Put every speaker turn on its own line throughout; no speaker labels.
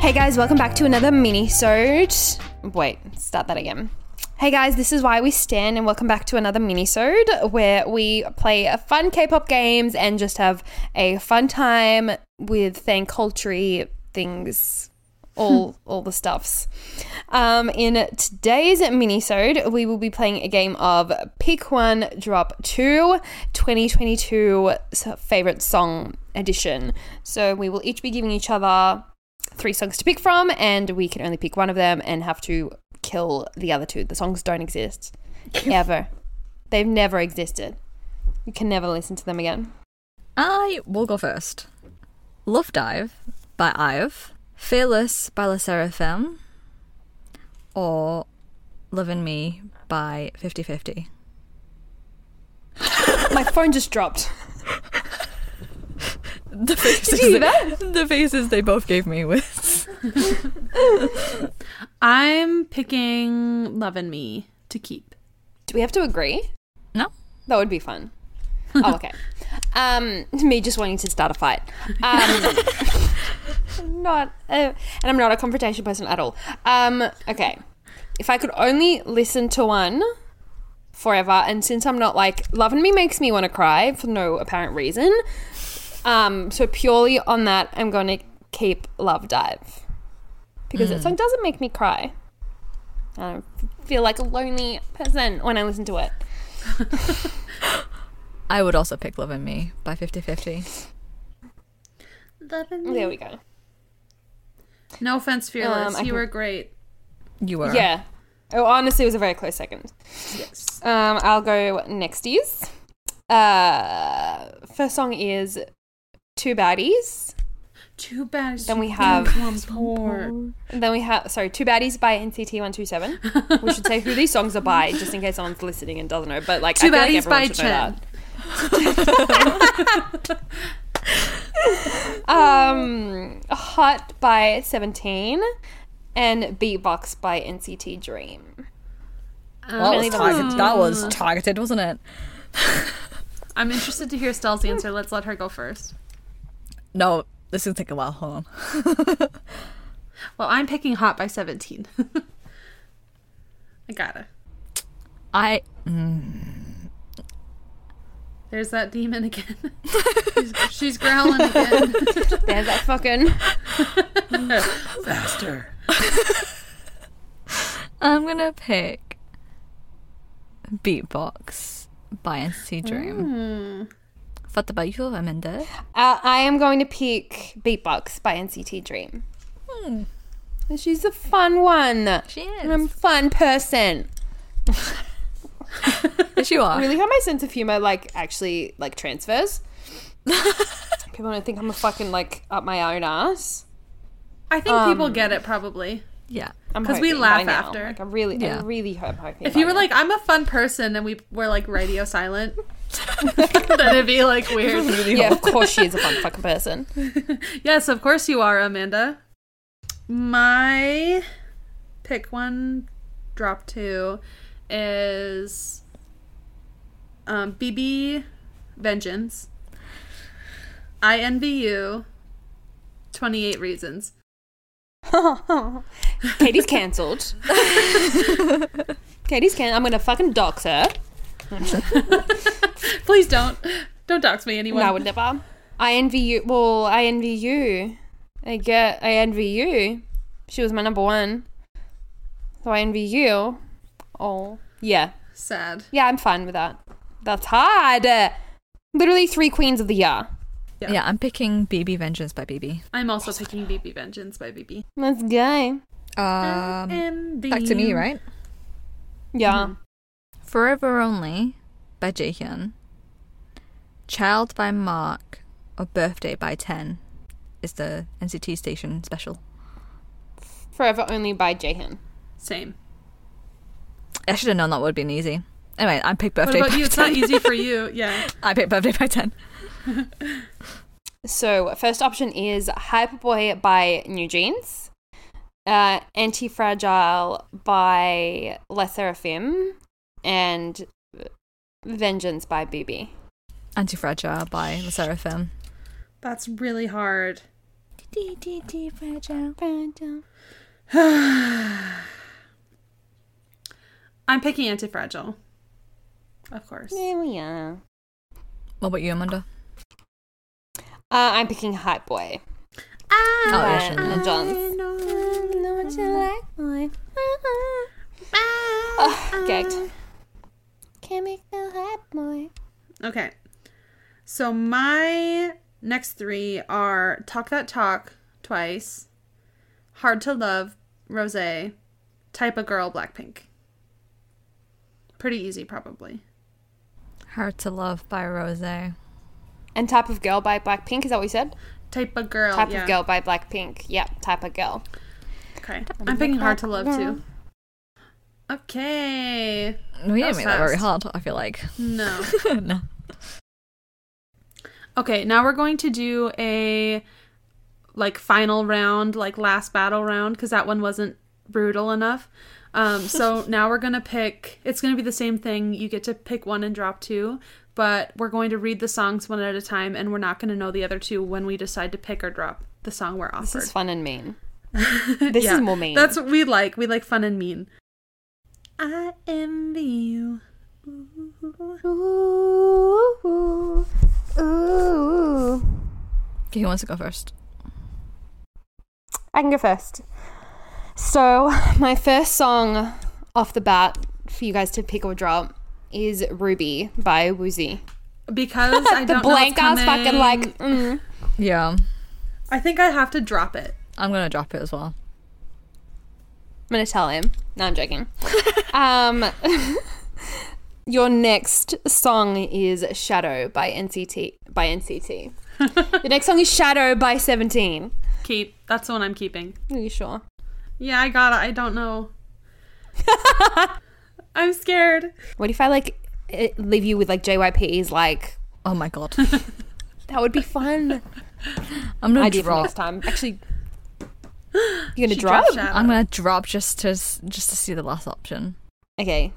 Hey guys, welcome back to another mini sode. Wait, start that again. Hey guys, this is why we stand and welcome back to another mini sode where we play fun K-pop games and just have a fun time with thank culture things all all the stuffs. Um, in today's minisode, we will be playing a game of Pick One, Drop Two, 2022 s- favorite song edition. So we will each be giving each other three songs to pick from, and we can only pick one of them and have to kill the other two. The songs don't exist ever. They've never existed. You can never listen to them again.
I will go first. Love Dive by Ive, Fearless by La Seraphim, or Loving Me by 5050.
My phone just dropped.
The faces,
see
the faces they both gave me with.
I'm picking Love and Me to keep.
Do we have to agree?
No?
That would be fun. oh, okay. Um, me just wanting to start a fight. Um, not, uh, and I'm not a confrontation person at all. Um, okay. If I could only listen to one forever, and since I'm not like loving me makes me want to cry for no apparent reason, um, so purely on that, I'm going to keep Love Dive because that song doesn't make me cry. I don't feel like a lonely person when I listen to it.
I would also pick Loving Me by 5050.
Love and
There we go.
No offense, Fearless.
Um, I
you
can-
were great.
You were.
Yeah. Oh, honestly, it was a very close second.
Yes.
Um, I'll go next year's. Uh, first song is Two Baddies.
Too bad.
Then we have-
more.
And then we have, sorry, Two Baddies by NCT127. we should say who these songs are by, just in case someone's listening and doesn't know. But like,
Two
I feel like
Baddies
everyone should
by Chen.
know that. Um, Hot by 17 and Beatbox by NCT Dream.
Well, that,
Really
was
don't
targeted, that was targeted, wasn't it?
I'm interested to hear Stell's answer. Let's let her go first.
No, this is going to take a while. Hold on.
Well, I'm picking Hot by 17. I gotta.
I.
There's that demon again. she's, she's growling again.
There's that fucking.
Faster.
I'm going to pick Beatbox by NCT Dream.
Hmm.
Father by you, Amanda.
Uh, I am going to pick Beatbox by NCT Dream.
Hmm,
She's a fun one.
She
And I'm a
is.
fun person.
Yes, you are.
Really, how my sense of humor like actually like transfers. People don't think I'm a fucking like up my own ass.
I think
Um,
people get it probably.
Yeah.
I'm
'Cause we
hoping
laugh
by now.
after.
Like, I really, I
Yeah.
really hope. I'm hoping
If you
by
were
now.
like, I'm a fun person, and we were like radio silent, then it'd be like weird.
yeah, of course she is a fun fucking person.
Yes, of course you are, Amanda. My pick one, drop two is um, BB Vengeance. I envy you. 28 reasons.
Katie's cancelled. Katie's can. I'm gonna fucking dox her.
Please don't. Don't dox me, anyone.
No, I would never. I envy you. Well, I envy you. I get. I envy you. She was my number one. So I envy you. Oh, yeah,
Sad.
yeah. I'm fine with that. That's hard. Literally three queens of the year.
Yeah.
Yeah, I'm picking BB Vengeance by BB.
I'm also picking BB Vengeance by BB.
Let's go.
Um,
envy
back to me,
you.
right?
Yeah.
Forever Only by Jaehyun. Child by Mark or Birthday by 10 is the NCT Station special.
Forever only by Jahan.
Same.
I should have known that would have been easy. Anyway, I picked
What
Birthday
about
by
you? It's
10.
not easy for you. Yeah.
I picked Birthday by 10.
So first option is Hyperboy by New Jeans. Uh, Anti-Fragile by La Seraphim and Vengeance by BB.
Anti Fragile by La Seraphim.
That's really hard.
DDD fragile.
I'm picking Antifragile. Of course.
There we are.
What about you, Amanda?
Uh, I'm picking Hype Boy.
Oh, yeah,
By
sure.
Elton John's. Uh-uh. Ugh, Ah, gagged. Uh-uh. Can't make no hype boy.
Okay. So my next three are Talk That Talk twice, Hard to Love, Rose, Type of Girl, Blackpink. Pretty easy, probably.
Hard to Love by Rose.
And Type of Girl by Blackpink, is that what you said?
Type of Girl.
type
yeah.
of Girl by Blackpink. Yep, Type of Girl.
Okay. I'm picking Hard to Love too. Okay.
We
That
didn't
was
make that very
fast.
hard, I feel like.
No.
no.
Okay, now we're going to do a like final round, like last battle round, because that one wasn't brutal enough. Um, so now we're gonna pick. It's gonna be the same thing. You get to pick one and drop two, but we're going to read the songs one at a time, and we're not gonna know the other two when we decide to pick or drop the song we're offered.
This is fun and mean. This
Yeah,
is more mean.
That's what we like. We like fun and mean. I envy you.
Ooh, ooh.
Okay, who wants to go first?
I can go first. So, my first song off the bat for you guys to pick or drop is Ruby by Woozy.
Because I
The
don't
blank
know
ass
what's
fucking
coming.
like, mm.
Yeah.
I think I have to drop it.
I'm gonna drop it as well.
I'm gonna tell him. No, I'm joking. um, your next song is Shadow by NCT. By NCT. your next song is Shadow by Seventeen.
Keep. That's the one I'm keeping.
Are you sure?
Yeah, I got it. I don't know. I'm scared.
What if I like eh, leave you with like JYP's like
Oh my god.
that would be fun.
I'm gonna
Idea for
drop.
next time. Actually, you're gonna
She
drop.
dropped Shadow.
I'm gonna drop just to s- just to see the last option.
Okay.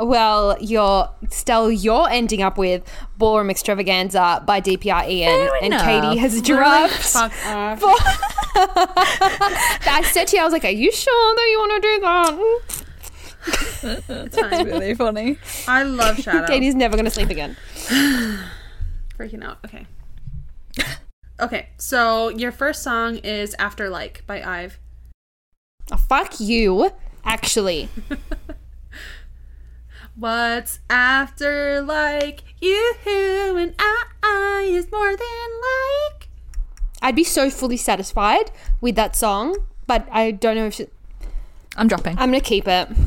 Well, you're still you're ending up with Ballroom Extravaganza by DPR Ian,
Fair
and
enough.
Katie has dropped.
Fuck off.
I said to you, I was like, "Are you sure that you want to do that?"
It's fine.
really funny.
I love Shadow.
Katie's never gonna sleep again.
Freaking out. Okay. Okay, so your first song is After Like by Ive.
Oh, fuck you. Actually,
What's after like you and I, I is more than like.
I'd be so fully satisfied with that song, but I don't know if she-
I'm dropping.
I'm gonna keep it.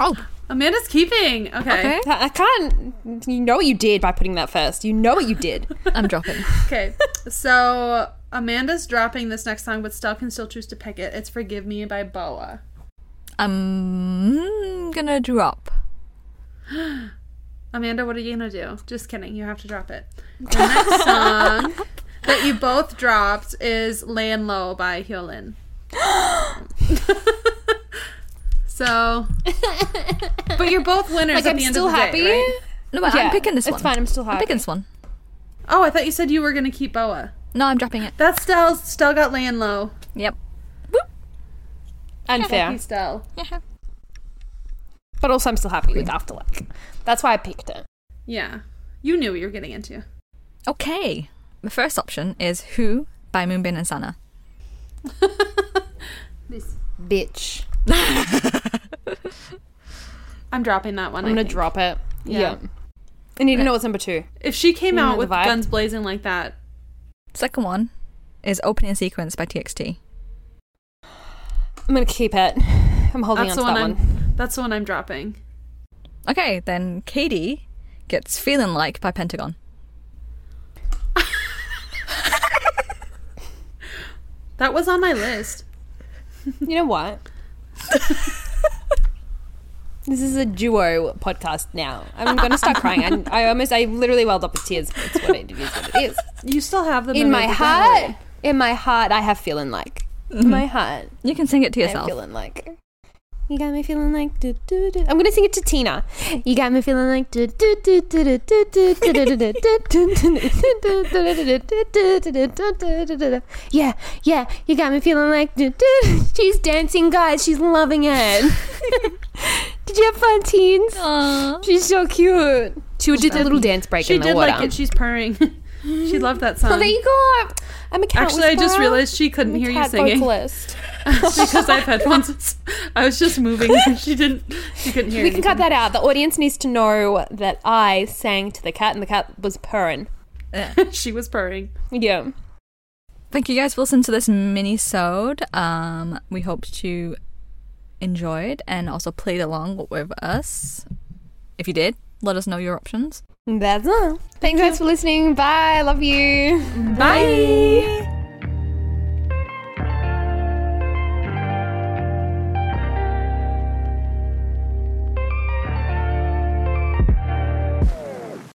Oh,
Amanda's keeping. Okay.
okay.
I I can't. You know what you did by putting that first. You know what you did.
I'm dropping.
Okay, so Amanda's dropping this next song, but Stell can still choose to pick it. It's Forgive Me by Boa.
I'm gonna drop.
Amanda, what are you gonna do? Just kidding. You have to drop it. The next song that you both dropped is "Laying Low" by Hyolyn. so, but you're both winners
Like
at
I'm
the end
still
of the
happy.
day, right?
No, but
Yeah,
I'm picking this
it's
one.
fine, I'm still
I'm
happy.
picking this one.
Oh, I thought you said you were gonna keep Boa.
No, I'm dropping it.
That's Stell's. Stell got "Laying Low."
Yep.
Unfair,
He's Stell.
but also I'm still happy with Afterlife. That's why I picked it.
Yeah, you knew what you were getting into.
Okay. The first option is Who by Moonbin and Sana.
Bitch,
I'm dropping that one.
I'm
I
gonna
think.
drop it.
Yeah.
Yeah. And you know what's number two?
If she came
You know
out
the
with
vibe.
guns blazing like that,
Second one is Opening Sequence by TXT.
I'm gonna keep it. I'm holding
that's the
on to
one
that
I'm.
one.
That's the one I'm dropping.
Okay, then Katie gets Feeling Like by Pentagon.
That was on my list.
You know what? this is a duo podcast now. I'm gonna start crying. I, I almost, I literally welled up with tears. but It's what it is. What it is.
You still have them
In my
the
heart, in my heart, I have feeling like. In my heart,
You can sing it to
I'm
yourself.
feeling like. You got me feeling like do do do. I'm gonna sing it to Tina. You got me feeling like do do do do do do do do do do do do do do do do do do do do. Yeah, yeah. You got me feeling like do do. She's dancing, guys. She's loving it. Did you have fun, teens? She's so cute. She did a little dance break
She
in the
did
water.
like it. She's purring. she loved that song.
Oh, there you go. I'm a cat.
Actually, I just
whisperer.
realized she couldn't
I'm a
hear you
cat
singing
vocalist.
because I have headphones. I was just moving. and She didn't. She couldn't hear.
We can cut that out. The audience needs to know that I sang to the cat, and the cat was purring.
anything. she was purring.
Yeah.
Thank you guys for listening to this mini-sode. Um, we hope you enjoyed and also played along with us. If you did, let us know your options.
That's all. Thanks guys for listening. Bye. Love you.
Bye.